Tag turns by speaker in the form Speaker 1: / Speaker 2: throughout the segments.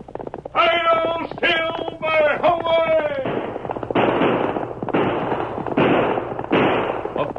Speaker 1: Hail Silver Hawaii! A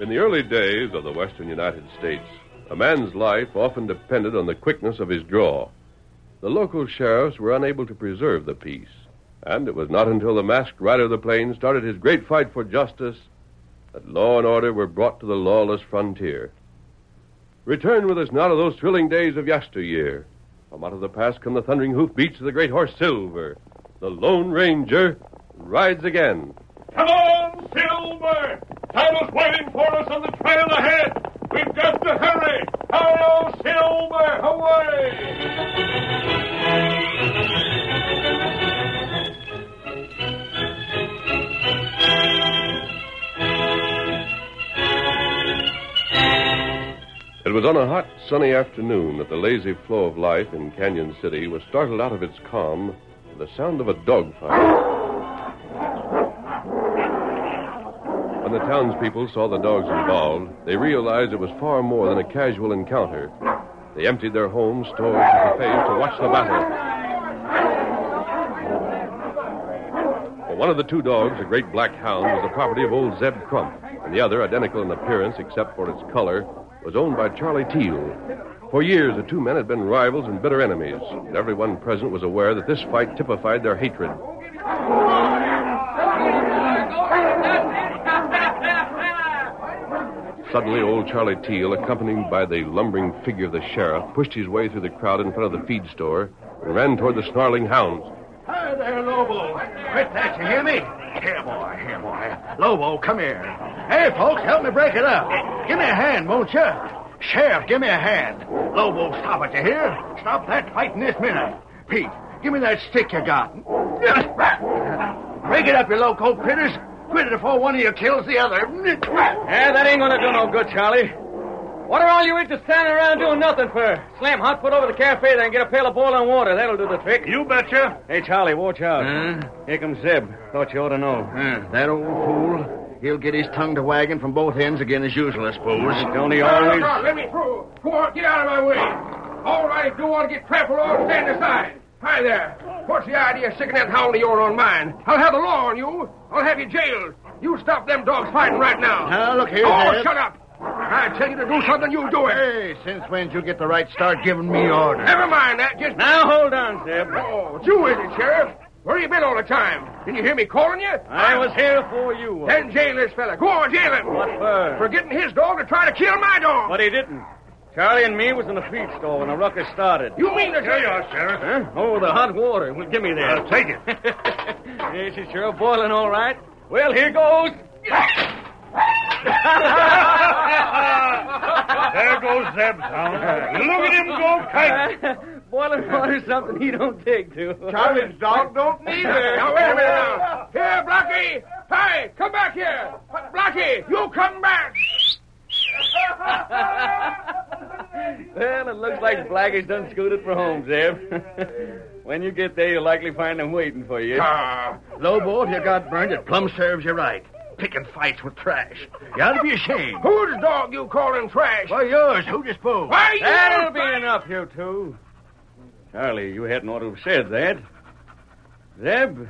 Speaker 1: In the early days of the western United States, a man's life often depended on the quickness of his draw. The local sheriffs were unable to preserve the peace, and it was not until the masked rider of the plains started his great fight for justice that law and order were brought to the lawless frontier. Return with us now to those thrilling days of yesteryear. From out of the past come the thundering hoofbeats of the great horse Silver. The Lone Ranger rides again. Come on, Silver! Town is waiting for us on the trail ahead. We've got to hurry. Hello, Silver! Away! It was on a hot, sunny afternoon that the lazy flow of life in Canyon City was startled out of its calm by the sound of a dogfight. When the townspeople saw the dogs involved, they realized it was far more than a casual encounter. They emptied their homes, stores, and cafes to watch the battle. For one of the two dogs, a great black hound, was the property of old Zeb Crump, and the other, identical in appearance except for its color, was owned by Charlie Teal. For years, the two men had been rivals and bitter enemies, and everyone present was aware that this fight typified their hatred. Suddenly, old Charlie Teal, accompanied by the lumbering figure of the sheriff, pushed his way through the crowd in front of the feed store and ran toward the snarling hounds.
Speaker 2: Hi there, Lobo. Quit that, you hear me? Here, boy, here, boy. Lobo, come here. Hey, folks, help me break it up. Give me a hand, won't you? Sheriff, give me a hand. Lobo, stop it, you hear? Stop that fighting this minute. Pete, give me that stick you got. Break it up, you loco critters. Quit it before one of you kills the other.
Speaker 3: Yeah, that ain't gonna do no good, Charlie. What are all you idiots standing around doing nothing for? Slam hot foot over the cafe there and get a pail of boiling water. That'll do the trick.
Speaker 2: You betcha.
Speaker 3: Hey, Charlie, watch out. Here comes Zeb. Thought you ought to know.
Speaker 2: that old fool. He'll get his tongue to wagging from both ends again as usual, I suppose.
Speaker 3: Don't he always?
Speaker 1: Let me through. Go on, get out of my way. All right, go on, get trampled on, stand aside. Hi there. What's the idea of sticking that hound of yours on mine? I'll have the law on you. I'll have you jailed. You stop them dogs fighting right now.
Speaker 2: Now, look here,
Speaker 1: Oh,
Speaker 2: Zeb.
Speaker 1: shut up. I tell you to do something, you do it.
Speaker 2: Hey, since when did you get the right to start giving me orders?
Speaker 1: Never mind that. Just
Speaker 3: Now hold on, Zeb.
Speaker 1: Oh, it's you, is it, Sheriff?
Speaker 2: Where you been all the time? Didn't you hear me calling you?
Speaker 3: I was here for you.
Speaker 2: Then jail this fella. Go on, jail him.
Speaker 3: What for?
Speaker 2: For getting his dog to try to kill my dog.
Speaker 3: But he didn't. Charlie and me was in the feed store when the ruckus started.
Speaker 2: You mean to tell you are, Sheriff?
Speaker 3: Huh? Oh, the hot water. Well, give me that.
Speaker 2: take it.
Speaker 3: yes, it's sure Oh, boiling all right. Well, here goes.
Speaker 2: there goes Zeb Town. Look at him go
Speaker 3: boiling water's something he don't dig to.
Speaker 2: Charlie's dog don't need it. Now, wait a minute now. Here, Blackie. Hey, come back here. Blackie, you come back.
Speaker 3: Well, it looks like Blackie's done scooted for home, Zeb. when you get there, you'll likely find them waiting for you.
Speaker 2: Ah, Lobo, if you got burned, it plumb serves you right. Picking fights with trash. You ought to be ashamed. Whose dog you calling trash?
Speaker 3: Oh,
Speaker 2: Well, yours. Who you suppose? Why, you...
Speaker 3: That'll be enough, you two. Charlie, you hadn't ought to have said that. Zeb,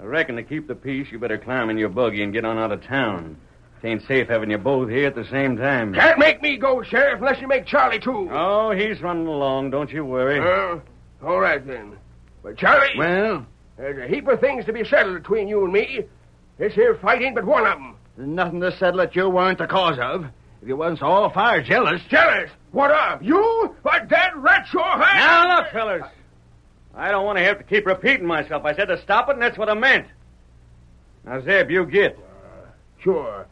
Speaker 3: I reckon to keep the peace, you better climb in your buggy and get on out of town. It ain't safe having you both here at the same time.
Speaker 2: Can't make me go, Sheriff, unless you make Charlie, too.
Speaker 3: Oh, he's running along. Don't you worry.
Speaker 2: Uh, all right, then. But, Charlie,
Speaker 4: Well,
Speaker 2: there's a heap of things to be settled between you and me. This here fight ain't but one of them.
Speaker 4: there's nothing to settle that you weren't the cause of. If you wasn't so all fire jealous.
Speaker 2: Jealous? What of? You? What, that rat your hand?
Speaker 3: Now, look, fellas. I don't want to have to keep repeating myself. I said to stop it, and that's what I meant. Now, Zeb, you get.
Speaker 2: Sure.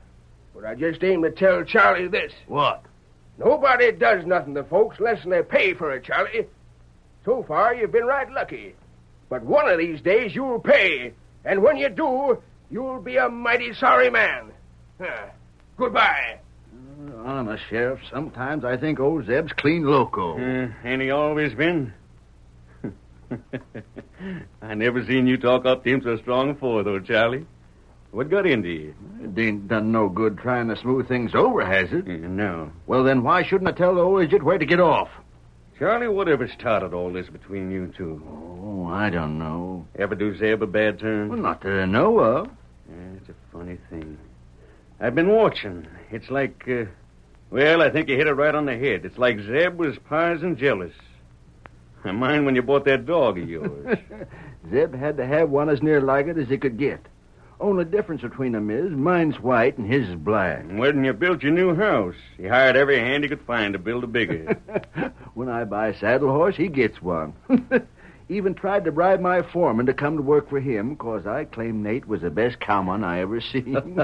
Speaker 2: But I just aim to tell Charlie this.
Speaker 4: What?
Speaker 2: Nobody does nothing to folks unless they pay for it, Charlie. So far, you've been right lucky. But one of these days, you'll pay. And when you do, you'll be a mighty sorry man. Huh. Goodbye.
Speaker 4: Honest, Sheriff, sometimes I think old Zeb's clean loco.
Speaker 2: Hmm.
Speaker 3: Uh, ain't he always been? I never seen you talk up to him so strong before, though, Charlie. What got into you?
Speaker 4: It ain't done no good trying to smooth things over, has it?
Speaker 3: Uh, No.
Speaker 4: Well, then why shouldn't I tell the old idiot where to get off?
Speaker 3: Charlie, whatever started all this between you two?
Speaker 4: Oh, I don't know.
Speaker 3: Ever do Zeb a bad turn?
Speaker 4: Well, not that I know of.
Speaker 3: Yeah, it's a funny thing. I've been watching. It's like, uh, well, I think you hit it right on the head. It's like Zeb was pious and jealous. I mind when you bought that dog of yours.
Speaker 4: Zeb had to have one as near like it as he could get. Only difference between them is mine's white and his is black.
Speaker 3: and when you built your new house, you hired every hand you could find to build a bigger.
Speaker 4: when I buy a saddle horse, he gets one. Even tried to bribe my foreman to come to work for him, 'cause I claim Nate was the best cowman I ever seen.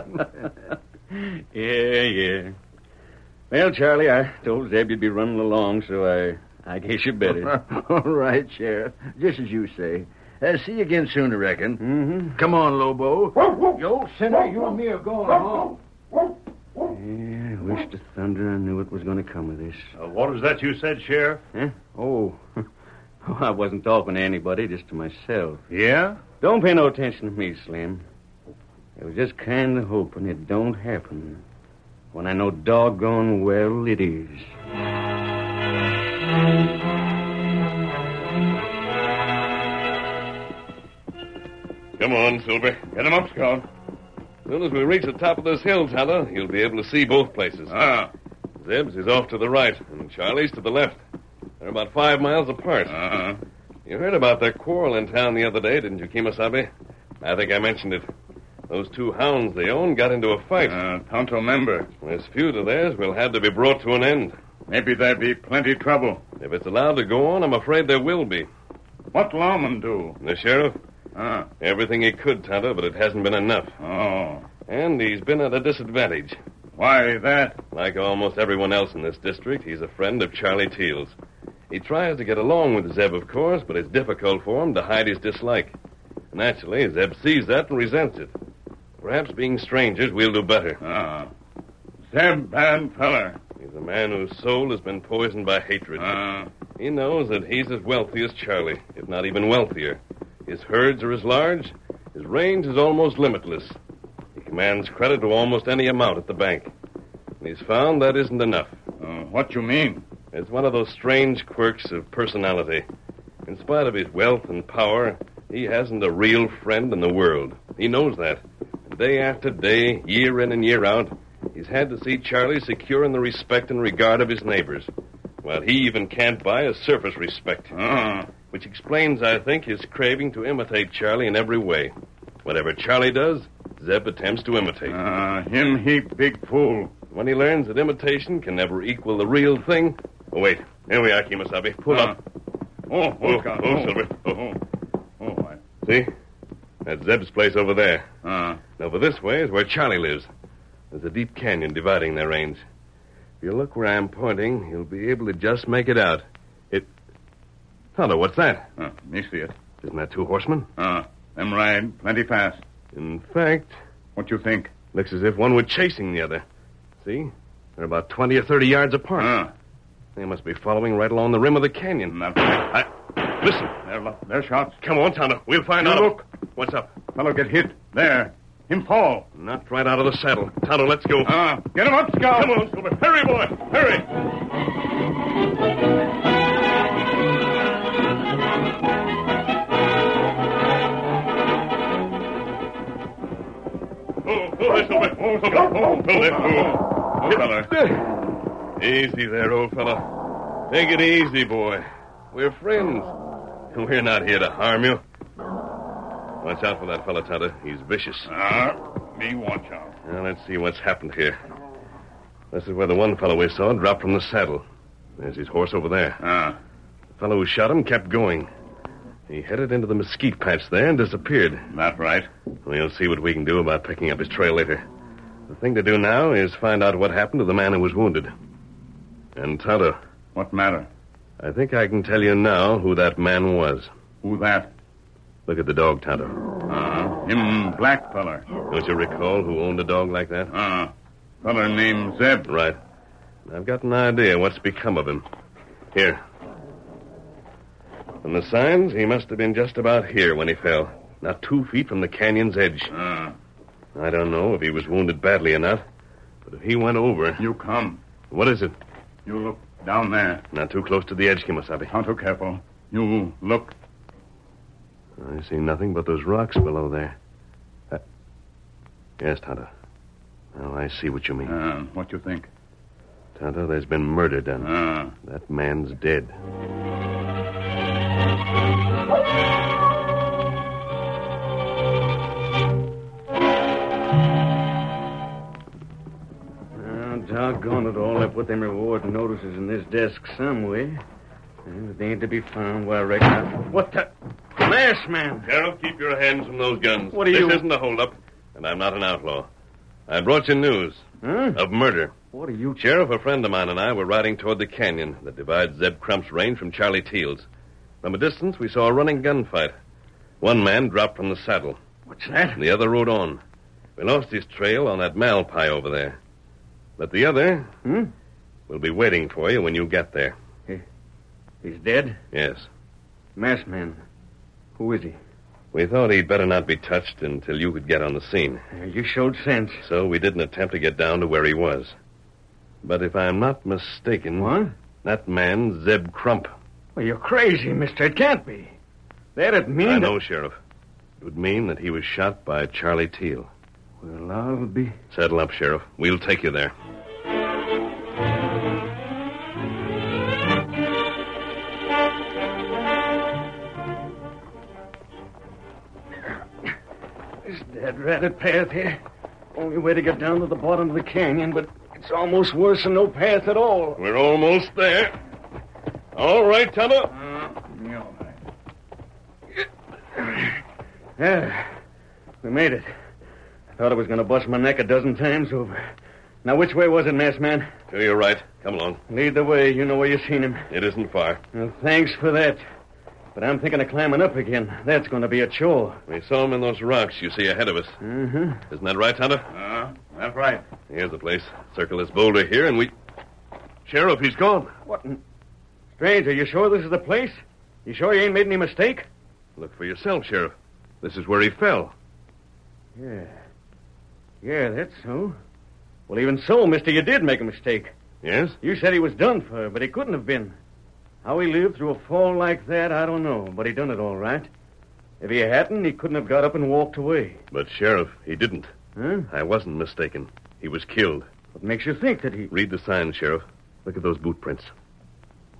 Speaker 3: yeah, yeah. Well, Charlie, I told Zeb you'd be running along, so I, I guess you better.
Speaker 4: All right, Sheriff. Just as you say. Uh, see you again soon, I reckon.
Speaker 3: mm-hmm.
Speaker 4: Come on, Lobo. You old sinner, you and me are going
Speaker 1: Oh,
Speaker 4: home.
Speaker 3: Yeah, I wish to thunder I knew it was going to come of this.
Speaker 2: what was that you said, Sheriff?
Speaker 3: Huh? Oh. oh, I wasn't talking to anybody, just to myself.
Speaker 2: Yeah?
Speaker 3: Don't pay no attention to me, Slim. I was just kind of hoping it don't happen. When I know doggone well it is.
Speaker 1: Come on, Silver. Get him up, Scout. As soon as we reach the top of this hill, Tyler, you'll be able to see both places. Ah. Zeb's is off to the right, and Charlie's to the left. They're about five miles apart. Uh-huh. You heard about that quarrel in town the other day, didn't you, Kimasabe? I think I mentioned it. Those two hounds they own got into a fight.
Speaker 3: Uh-huh.
Speaker 5: Uh, don't remember.
Speaker 1: This feud of theirs will have to be brought to an end.
Speaker 5: Maybe there'd be plenty trouble.
Speaker 1: If it's allowed to go on, I'm afraid there will be.
Speaker 5: What lawman do?
Speaker 1: The sheriff,
Speaker 5: Uh,
Speaker 1: everything he could, Tonto, but it hasn't been enough.
Speaker 5: oh.
Speaker 1: And he's been at a disadvantage.
Speaker 5: Why that?
Speaker 1: Like almost everyone else in this district, he's a friend of Charlie Teal's. He tries to get along with Zeb, of course, but it's difficult for him to hide his dislike. Naturally, Zeb sees that and resents it. Perhaps being strangers, we'll do better.
Speaker 5: Uh, Zeb bad feller.
Speaker 1: He's a man whose soul has been poisoned by hatred.
Speaker 5: Uh,
Speaker 1: He knows that he's as wealthy as Charlie, if not even wealthier. His herds are as large, his range is almost limitless. He commands credit to almost any amount at the bank. And he's found that isn't enough.
Speaker 5: uh, what you mean?
Speaker 1: It's one of those strange quirks of personality. In spite of his wealth and power, he hasn't a real friend in the world. He knows that. Day after day, year in and year out, he's had to see Charlie securing the respect and regard of his neighbors, while he even can't buy a surface respect.
Speaker 5: Uh,
Speaker 1: which explains, I think, his craving to imitate Charlie in every way. Whatever Charlie does, Zeb attempts to imitate.
Speaker 5: Ah, him heap big fool.
Speaker 1: When he learns that imitation can never equal the real thing. Oh, wait. Here we are, Kimasabi. Pull
Speaker 5: Ah.
Speaker 1: up.
Speaker 5: Oh,
Speaker 1: Oh,
Speaker 5: Volkan.
Speaker 1: oh, Silver. Oh,
Speaker 5: Oh, oh, I...
Speaker 1: see? That's Zeb's place over there.
Speaker 5: Ah,
Speaker 1: And Over this way is where Charlie lives. There's a deep canyon dividing their range. If you look where I'm pointing, you'll be able to just make it out. It. Tonto, what's that?
Speaker 5: ah, me see it.
Speaker 1: Isn't that two horsemen?
Speaker 5: Ah, them ride plenty fast.
Speaker 1: In fact,
Speaker 5: What you think?
Speaker 1: looks as if one were chasing the other. See? They're about 20 or 30 yards apart.
Speaker 5: Ah,
Speaker 1: They must be following right along the rim of the canyon.
Speaker 5: that
Speaker 1: I... Listen.
Speaker 5: Their, lo- their shots.
Speaker 1: Come on, Tonto. We'll find
Speaker 5: You
Speaker 1: out.
Speaker 5: look.
Speaker 1: What's up?
Speaker 5: Fellow get hit. There. Him fall.
Speaker 1: Knocked right out of the saddle. Tonto, let's go.
Speaker 5: Ah, get him up, Scout.
Speaker 1: Come on, Silver. Hurry, boy. Hurry. Oh, oh, there, Silver. Oh, Silver. Oh, oh, there. Oh, fella. Easy there, old fella. Take it easy, boy. We're friends. We're not here to harm you. Watch out for that fella, Tonto. He's vicious.
Speaker 5: Ah, me watch out.
Speaker 1: Now, let's see what's happened here. This is where the one fellow we saw dropped from the saddle. There's his horse over there.
Speaker 5: Ah,
Speaker 1: The fellow who shot him kept going. He headed into the mesquite patch there and disappeared.
Speaker 5: that right.
Speaker 1: We'll see what we can do about picking up his trail later. The thing to do now is find out what happened to the man who was wounded. And Tonto,
Speaker 5: What matter?
Speaker 1: I think I can tell you now who that man was.
Speaker 5: Who that?
Speaker 1: Look at the dog, Tonto.
Speaker 5: Ah, him black feller.
Speaker 1: Don't you recall who owned a dog like that?
Speaker 5: Ah, feller named Zeb.
Speaker 1: Right. I've got an idea what's become of him. Here. From the signs, he must have been just about here when he fell. Not two feet from the canyon's edge.
Speaker 5: Ah,
Speaker 1: I don't know if he was wounded badly enough, but if he went over.
Speaker 5: you come.
Speaker 1: What is it?
Speaker 5: You look down there.
Speaker 1: Not too close to the edge, Kimasabi.
Speaker 5: Tonto careful. You look.
Speaker 1: I see nothing but those rocks below there. Uh, yes, Tonto. Now I see what you mean.
Speaker 5: Ah, what you think?
Speaker 1: Tonto, there's been murder done.
Speaker 5: Ah,
Speaker 1: That man's dead.
Speaker 3: Oh, doggone it all. I put them reward notices in this desk somewhere. And if they ain't to be found, well, I reckon. I- What the? Mass man!
Speaker 1: Carol, keep your hands from those guns.
Speaker 3: What are
Speaker 1: this
Speaker 3: you-
Speaker 1: This isn't a holdup, and I'm not an outlaw. I brought you news
Speaker 3: Huh?
Speaker 1: of murder.
Speaker 3: What are you. Ch-
Speaker 1: Sheriff, a friend of mine, and I were riding toward the canyon that divides Zeb Crump's range from Charlie Teal's. From a distance, we saw a running gunfight. One man dropped from the saddle,
Speaker 3: What's that?
Speaker 1: and the other rode on. We lost his trail on that malpai over there. But the other
Speaker 3: Hmm?
Speaker 1: will be waiting for you when you get there.
Speaker 3: He's dead?
Speaker 1: Yes.
Speaker 3: Mass man. Who is he?
Speaker 1: We thought he'd better not be touched until you could get on the scene.
Speaker 3: Uh, you showed sense.
Speaker 1: So we didn't attempt to get down to where he was. But if I'm not mistaken,
Speaker 3: What?
Speaker 1: that man, Zeb Crump.
Speaker 3: Well, you're crazy, mister. It can't be. That'd mean.
Speaker 1: I
Speaker 3: that-
Speaker 1: know, Sheriff. It would mean that he was shot by Charlie Teal.
Speaker 3: Well, I'll be.
Speaker 1: Saddle up, Sheriff. We'll take you there.
Speaker 3: This dead ratted path here. Only way to get down to the bottom of the canyon, but it's almost worse than no path at all.
Speaker 1: We're almost there. All right, Tonto.
Speaker 5: me all right.
Speaker 3: Yeah, we made it. I thought I was going to bust my neck a dozen times over. Now, which way was it, masked man?
Speaker 1: To your right. Come along.
Speaker 3: Lead the way. You know where you seen him.
Speaker 1: It isn't far.
Speaker 3: Well, thanks for that. But I'm thinking of climbing up again. That's going to be a chore.
Speaker 1: We saw him in those rocks you see ahead of us.
Speaker 3: Mm-hmm.
Speaker 1: Isn't that right, Tonto?
Speaker 5: Ah, that right.
Speaker 1: Here's the place. Circle this boulder here, and we. Sheriff, he's gone.
Speaker 3: What? In... Strange, are you sure this is the place? You sure you ain't made any mistake?
Speaker 1: Look for yourself, Sheriff. This is where he fell.
Speaker 3: Yeah. Yeah, that's so. Well, even so, mister, you did make a mistake.
Speaker 1: Yes?
Speaker 3: You said he was done for, but he couldn't have been. How he lived through a fall like that, I don't know, but he done it all right. If he hadn't, he couldn't have got up and walked away.
Speaker 1: But, Sheriff, he didn't.
Speaker 3: Huh?
Speaker 1: I wasn't mistaken. He was killed.
Speaker 3: What makes you think that he.
Speaker 1: Read the sign, Sheriff. Look at those boot prints.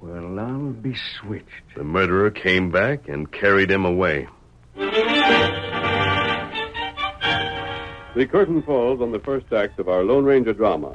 Speaker 3: Well, I'll be switched.
Speaker 1: The murderer came back and carried him away.
Speaker 6: The curtain falls on the first act of our Lone Ranger drama.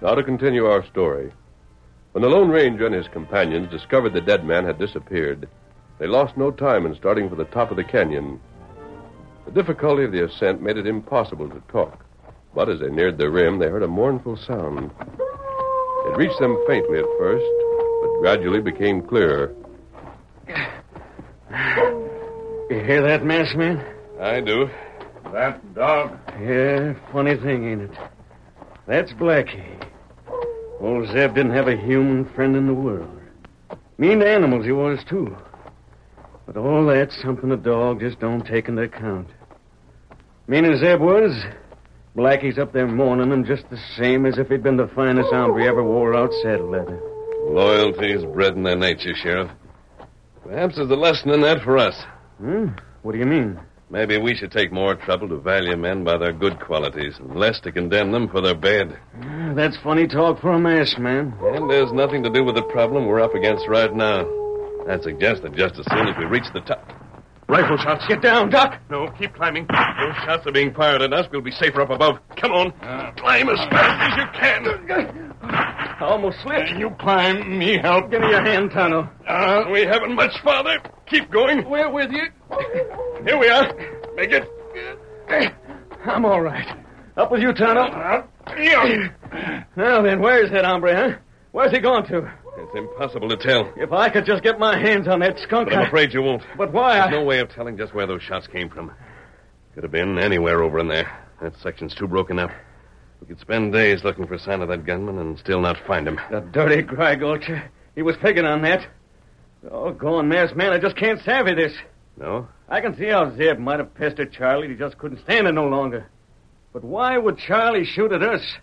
Speaker 6: Now to continue our story. When the Lone Ranger and his companions discovered the dead man had disappeared, they lost no time in starting for the top of the canyon. The difficulty of the ascent made it impossible to talk, but as they neared the rim, they heard a mournful sound. It reached them faintly at first, but gradually became clearer.
Speaker 3: You hear that, masked man?
Speaker 6: I do.
Speaker 2: That dog.
Speaker 3: Yeah, funny thing, ain't it? That's Blackie. Old Zeb didn't have a human friend in the world. Mean to animals he was, too. But all that's something a dog just don't take into account. Mean as Zeb was, Blackie's up there mourning him just the same as if he'd been the finest hombre ever wore out saddle leather.
Speaker 1: Loyalty's bred in their nature, Sheriff. Perhaps there's a lesson in that for us.
Speaker 3: Hmm? What do you mean?
Speaker 1: Maybe we should take more trouble to value men by their good qualities and less to condemn them for their bad.
Speaker 3: That's funny talk for a masked man.
Speaker 1: And there's nothing to do with the problem we're up against right now. I'd suggest that just as soon as we reach the top. Rifle shots. Get down, Doc. No, keep climbing. Those shots are being fired at us. We'll be safer up above. Come on. Climb as fast as you can.
Speaker 3: I almost slipped.
Speaker 1: You climb, me help.
Speaker 3: Give me your hand, Tonto.
Speaker 1: Uh, we haven't much farther. Keep going.
Speaker 3: We're with you.
Speaker 1: Here we are. Make it.
Speaker 3: I'm all right. Up with you,
Speaker 5: Ah,
Speaker 3: Tonto. Now then, where's that hombre, huh? Where's he gone to?
Speaker 1: It's impossible to tell,
Speaker 3: If I could just get my hands on that skunk.
Speaker 1: but I'm
Speaker 3: I-
Speaker 1: afraid you won't.
Speaker 3: But why? I-
Speaker 2: Uh.
Speaker 1: There's no way of telling just where those shots came from. Could have been anywhere over in there. That section's too broken up. We could spend days looking for a sign of that gunman and still not find him.
Speaker 3: The dirty Grigulcher. He was picking on that. Oh, gone, masked man. I just can't savvy this.
Speaker 1: No?
Speaker 3: I can see how Zeb might have pestered Charlie. He just couldn't stand it no longer. But why would Charlie shoot at us?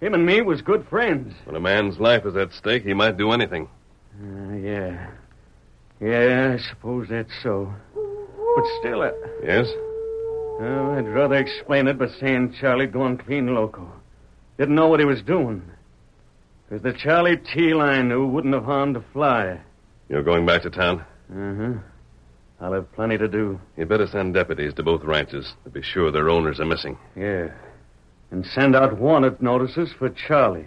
Speaker 3: Him and me was good friends.
Speaker 1: When a man's life is at stake, he might do anything.
Speaker 3: Uh, yeah. Yeah, I suppose that's so. But still, I,
Speaker 1: Yes?
Speaker 3: Well, I'd rather explain it by saying Charlie'd gone clean loco. Didn't know what he was doing. 'Cause the Charlie Teal I knew wouldn't have harmed a fly.
Speaker 1: You're going back to town?
Speaker 3: Uh-huh. I'll have plenty to do.
Speaker 1: You'd better send deputies to both ranches to be sure their owners are missing.
Speaker 3: Yeah. And send out wanted notices for Charlie.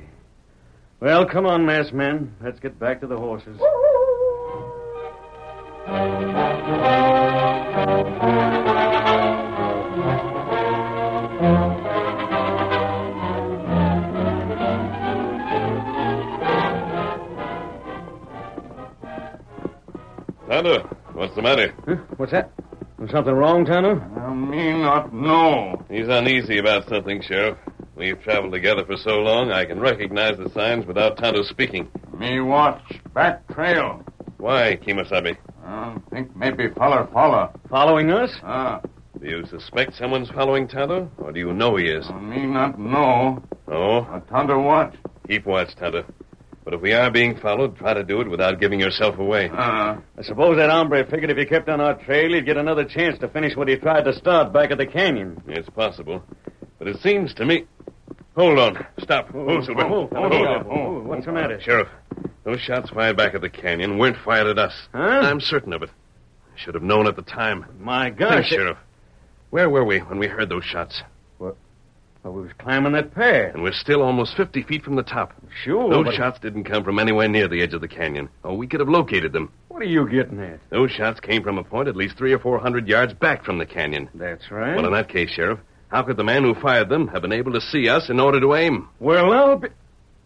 Speaker 3: Well, come on, masked man. Let's get back to the horses.
Speaker 1: Tonto, what's the matter?
Speaker 2: Hmm?
Speaker 3: Huh? What's that? Was something wrong, Tonto?
Speaker 2: I me not know.
Speaker 1: He's uneasy about something, Sheriff. We've traveled together for so long, I can recognize the signs without Tonto speaking.
Speaker 2: Me watch back trail.
Speaker 1: Why, Kimasabi?
Speaker 2: I think maybe feller follow.
Speaker 3: Following us?
Speaker 2: Ah,
Speaker 1: Do you suspect someone's following Tonto, or do you know he is?
Speaker 2: me not know.
Speaker 1: Oh,
Speaker 2: A thunder watch.
Speaker 1: keep watch, Tonto. But if we are being followed, try to do it without giving yourself away.
Speaker 2: Ah,
Speaker 3: I suppose that hombre figured if he kept on our trail, he'd get another chance to finish what he tried to start back at the canyon.
Speaker 1: It's possible. But it seems to me. Hold on. Stop. Hold, Silver.
Speaker 3: oh, oh,
Speaker 1: Hold. Uh,
Speaker 3: oh, oh, what's the matter?
Speaker 1: Sheriff, those shots fired back at the canyon weren't fired at us.
Speaker 3: Huh?
Speaker 1: I'm certain of it. I should have known at the time.
Speaker 3: My
Speaker 1: Think,
Speaker 3: gosh.
Speaker 1: Sheriff. Where were we when we heard those shots?
Speaker 3: Well, we was climbing that path.
Speaker 1: And we're still almost 50 feet from the top.
Speaker 3: Sure.
Speaker 1: Those
Speaker 3: but-
Speaker 1: shots didn't come from anywhere near the edge of the canyon, or we could have located them.
Speaker 3: What are you getting at?
Speaker 1: Those shots came from a point at least three or four hundred yards back from the canyon.
Speaker 3: That's right.
Speaker 1: Well, in that case, Sheriff, how could the man who fired them have been able to see us in order to aim?
Speaker 3: Well, I'll be.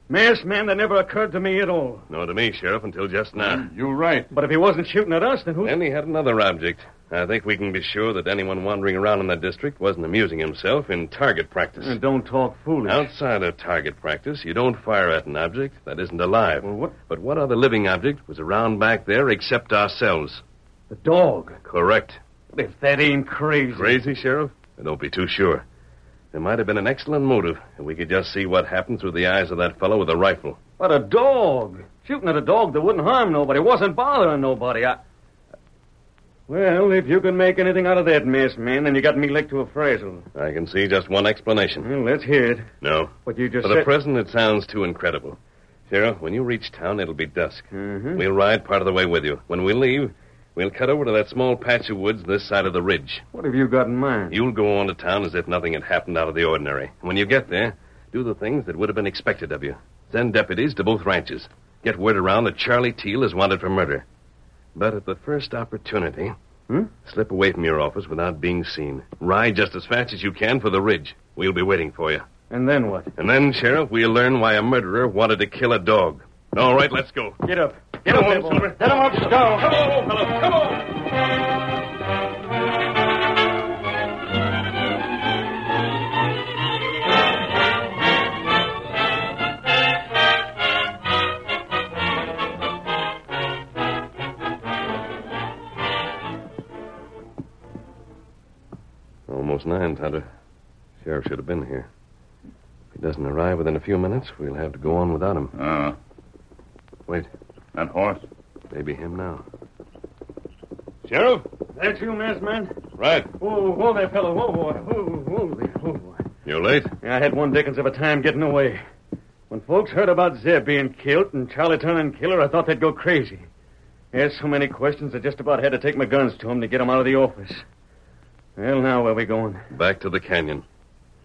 Speaker 3: Masked man that never occurred to me at all.
Speaker 1: No, to me, Sheriff, until just now.
Speaker 3: Mm,
Speaker 2: You're right.
Speaker 3: But if he wasn't shooting at us, then who?
Speaker 1: Then he had another object. I think we can be sure that anyone wandering around in that district wasn't amusing himself in target practice.
Speaker 3: Uh, Don't talk foolish.
Speaker 1: Outside of target practice, you don't fire at an object that isn't alive.
Speaker 3: Well, what?
Speaker 1: But what other living object was around back there except ourselves?
Speaker 3: The dog.
Speaker 1: Correct.
Speaker 3: If that ain't crazy.
Speaker 1: Crazy, Sheriff? Now, Don't be too sure. There might have been an excellent motive if we could just see what happened through the eyes of that fellow with a rifle.
Speaker 3: But a dog. Shooting at a dog that wouldn't harm nobody, wasn't bothering nobody. I. Well, if you can make anything out of that mess, man, then you got me licked to a frazzle.
Speaker 1: I can see just one explanation.
Speaker 3: Well, let's hear it.
Speaker 1: No.
Speaker 3: What you just
Speaker 1: For the
Speaker 3: said.
Speaker 1: present, it sounds too incredible. Sheriff, when you reach town, it'll be dusk.
Speaker 3: Mhm.
Speaker 1: We'll ride part of the way with you. When we leave, we'll cut over to that small patch of woods this side of the ridge.
Speaker 3: What have you got in mind?
Speaker 1: You'll go on to town as if nothing had happened out of the ordinary. When you get there, do the things that would have been expected of you. Send deputies to both ranches. Get word around that Charlie Teal is wanted for murder. But at the first opportunity,
Speaker 3: Hmm?
Speaker 1: slip away from your office without being seen. Ride just as fast as you can for the ridge. We'll be waiting for you.
Speaker 3: And then what?
Speaker 1: And then, Sheriff, we'll learn why a murderer wanted to kill a dog. All right, let's go.
Speaker 3: Get up.
Speaker 1: Get
Speaker 3: up, there, boy.
Speaker 1: Get him up, Stone. Come on, old fellow. Come on. Almost nine, Tonto. Sheriff should have been here. If he doesn't arrive within a few minutes, we'll have to go on without him.
Speaker 2: Uh,
Speaker 1: Wait.
Speaker 2: that horse?
Speaker 1: Maybe him now.
Speaker 2: Sheriff?
Speaker 3: That's you, masked man?
Speaker 1: Right.
Speaker 3: Whoa, whoa there, fellow. Whoa, whoa, whoa, whoa, there, whoa, whoa.
Speaker 1: You late?
Speaker 3: Yeah, I had one dickens of a time getting away. When folks heard about Zeb being killed and Charlie turning killer, I thought they'd go crazy. They asked so many questions, I just about had to take my guns to 'em to get 'em out of the office. Well, now where we going?
Speaker 1: Back to the canyon.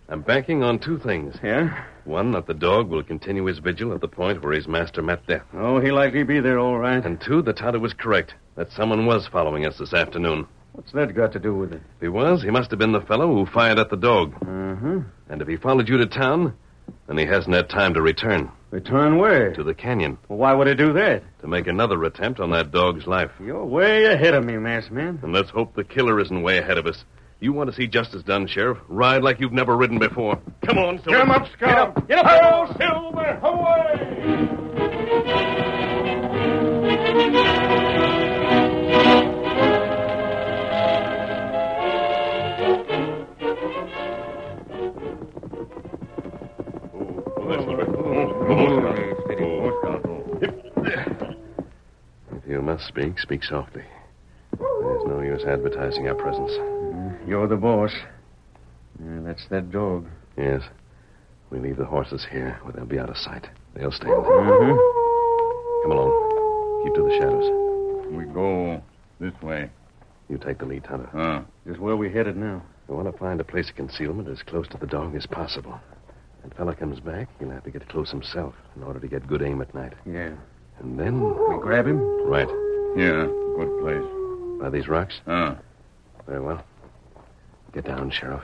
Speaker 1: I'm banking on two things.
Speaker 3: Yeah?
Speaker 1: One, that the dog will continue his vigil at the point where his master met death.
Speaker 3: Oh, he likely be there all right.
Speaker 1: And two, that Tonto was correct, that someone was following us this afternoon.
Speaker 3: What's that got to do with it?
Speaker 1: If he was, he must have been the fellow who fired at the dog.
Speaker 3: Uh-huh.
Speaker 1: And if he followed you to town, then he hasn't had time to return
Speaker 3: Return where?
Speaker 1: to the canyon
Speaker 3: Well, why would he do that?
Speaker 1: to make another attempt on that dog's life.
Speaker 3: You're way ahead of me, masked man.
Speaker 1: And let's hope the killer isn't way ahead of us. You want to see justice done, Sheriff? Ride like you've never ridden before. Come on, Silver.
Speaker 2: Get him up, Scout.
Speaker 3: Get up!
Speaker 2: Silver, away!
Speaker 1: If you must speak, speak softly. There's no use advertising our presence.
Speaker 3: You're the boss. Yeah, that's that dog.
Speaker 1: Yes. We leave the horses here where they'll be out of sight. They'll stand there.
Speaker 3: Mm-hmm.
Speaker 1: Come along. Keep to the shadows.
Speaker 2: We go this way.
Speaker 1: You take the lead, Tonto.
Speaker 2: Uh,
Speaker 3: Is where we headed now.
Speaker 1: We want to find a place of concealment as close to the dog as possible. That fella comes back, he'll have to get close himself in order to get good aim at night.
Speaker 3: Yeah.
Speaker 1: And then.
Speaker 3: We grab him?
Speaker 1: Right.
Speaker 2: here, good place.
Speaker 1: By these rocks?
Speaker 2: Uh,
Speaker 1: Very well. Get down, Sheriff.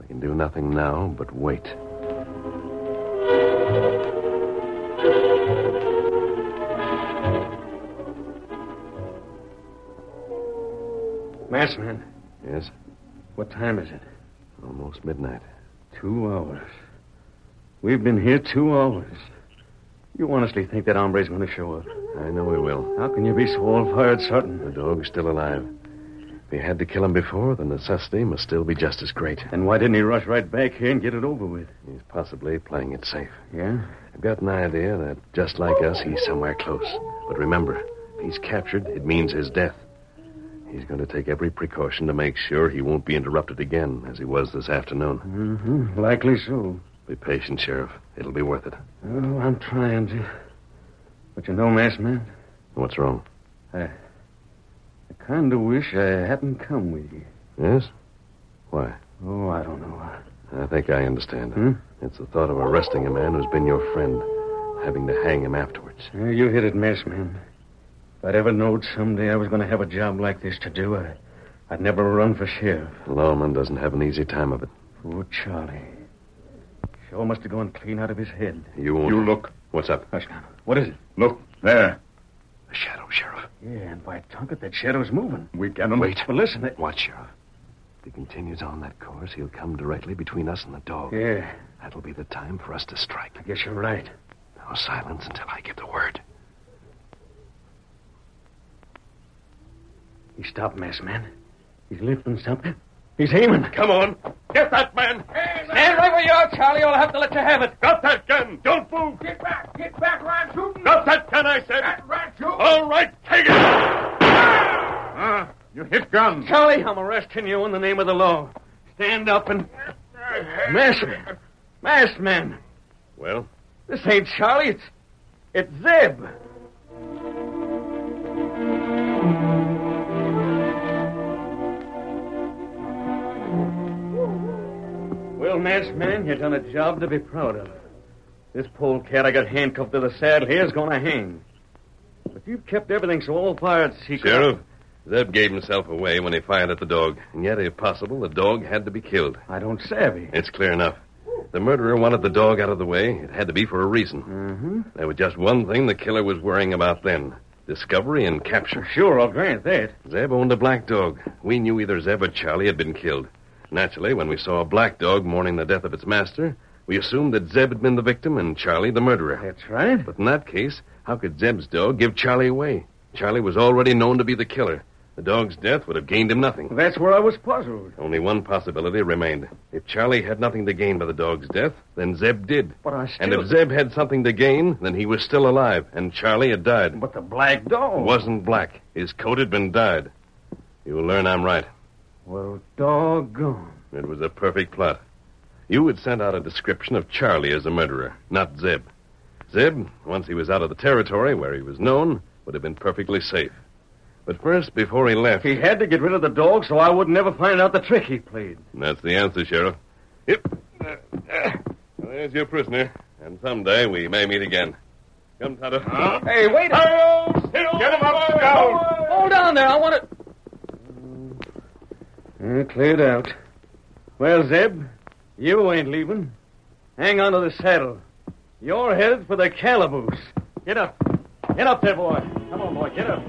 Speaker 1: We can do nothing now but wait.
Speaker 3: Masked man,
Speaker 1: Yes?
Speaker 3: what time is it?
Speaker 1: Almost midnight.
Speaker 3: Two hours. We've been here two hours. You honestly think that hombre's going to show up?
Speaker 1: I know we will.
Speaker 3: How can you be so all-fired certain?
Speaker 1: The dog's still alive. If he had to kill him before, the necessity must still be just as great.
Speaker 3: Then why didn't he rush right back here and get it over with?
Speaker 1: He's possibly playing it safe.
Speaker 3: Yeah?
Speaker 1: I've got an idea that just like us, he's somewhere close. But remember, if he's captured, it means his death. He's going to take every precaution to make sure he won't be interrupted again, as he was this afternoon.
Speaker 3: Mm-hmm. Likely so.
Speaker 1: Be patient, Sheriff. It'll be worth it.
Speaker 3: Oh, I'm trying to. But you know, masked man,
Speaker 1: What's wrong?
Speaker 3: I kind of wish I hadn't come with you.
Speaker 1: Yes? Why?
Speaker 3: Oh, I don't know.
Speaker 1: I think I understand.
Speaker 3: Hmm?
Speaker 1: It's the thought of arresting a man who's been your friend, having to hang him afterwards.
Speaker 3: Yeah, you hit it, miss, man. If I'd ever known someday I was going to have a job like this to do, I, I'd never run for sheriff.
Speaker 1: The lawman doesn't have an easy time of it.
Speaker 3: Poor Charlie. Joe must have gone clean out of his head.
Speaker 1: You won't.
Speaker 2: You look.
Speaker 1: What's up?
Speaker 3: Hush now. What is it?
Speaker 2: Look. There.
Speaker 1: A shadow, Sheriff.
Speaker 3: Yeah, and by Tunkett, that shadow's moving.
Speaker 2: We cannot
Speaker 1: Wait.
Speaker 3: Well, listen. That...
Speaker 1: Watch, Sheriff. If he continues on that course, he'll come directly between us and the dog.
Speaker 3: Yeah,
Speaker 1: That'll be the time for us to strike.
Speaker 3: I guess you're right.
Speaker 1: Now silence until I give the word.
Speaker 3: He stopped, masked man. He's lifting something. He's aiming. Come on.
Speaker 1: Get that man!
Speaker 3: Stand right where you are, Charlie. I'll have to let you have it.
Speaker 1: Drop that gun! Don't move!
Speaker 7: Get back! Get back, Ron shooting!
Speaker 1: Drop that gun, I said!
Speaker 7: Ron shooting!
Speaker 1: All right, take it!
Speaker 2: Ah, you hit gun.
Speaker 3: Charlie, I'm arresting you in the name of the law. Stand up and... Masked man. Masked man.
Speaker 1: Well,
Speaker 3: This ain't Charlie. It's... It's Zeb. Well, masked man, you done a job to be proud of. This polecat I got handcuffed to the saddle here is going to hang. But you've kept everything so all fired secret.
Speaker 1: Sheriff, Zeb gave himself away when he fired at the dog. And yet, if possible, the dog had to be killed.
Speaker 3: I don't savvy.
Speaker 1: It's clear enough. The murderer wanted the dog out of the way. It had to be for a reason.
Speaker 3: Mm-hmm.
Speaker 1: There was just one thing the killer was worrying about then discovery and capture.
Speaker 3: Sure, I'll grant that.
Speaker 1: Zeb owned a black dog. We knew either Zeb or Charlie had been killed. Naturally, when we saw a black dog mourning the death of its master, we assumed that Zeb had been the victim and Charlie the murderer.
Speaker 3: That's right.
Speaker 1: But in that case, how could Zeb's dog give Charlie away? Charlie was already known to be the killer. The dog's death would have gained him nothing.
Speaker 3: That's where I was puzzled.
Speaker 1: Only one possibility remained. If Charlie had nothing to gain by the dog's death, then Zeb did.
Speaker 3: But I still...
Speaker 1: And if Zeb had something to gain, then he was still alive, and Charlie had died.
Speaker 3: But the black dog.
Speaker 1: Wasn't black. His coat had been dyed. You'll learn I'm right.
Speaker 3: Well, doggone.
Speaker 1: It was a perfect plot. You had sent out a description of Charlie as the murderer, not Zeb. Zeb, once he was out of the territory where he was known, would have been perfectly safe. But first, before he left,
Speaker 3: He had to get rid of the dog so I would never find out the trick he played.
Speaker 1: And that's the answer, Sheriff. Yep. Uh, uh, there's your prisoner, and someday we may meet again. Come, Tonto.
Speaker 3: Hey, oh, wait a
Speaker 1: Get him up, Scout.
Speaker 3: Hold on there. I want to. Uh, cleared out. Well, Zeb, you ain't leaving. Hang on to the saddle. You're headed for the calaboose. Get up. Get up there, boy. Come on, boy. Get up.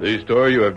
Speaker 8: The story you have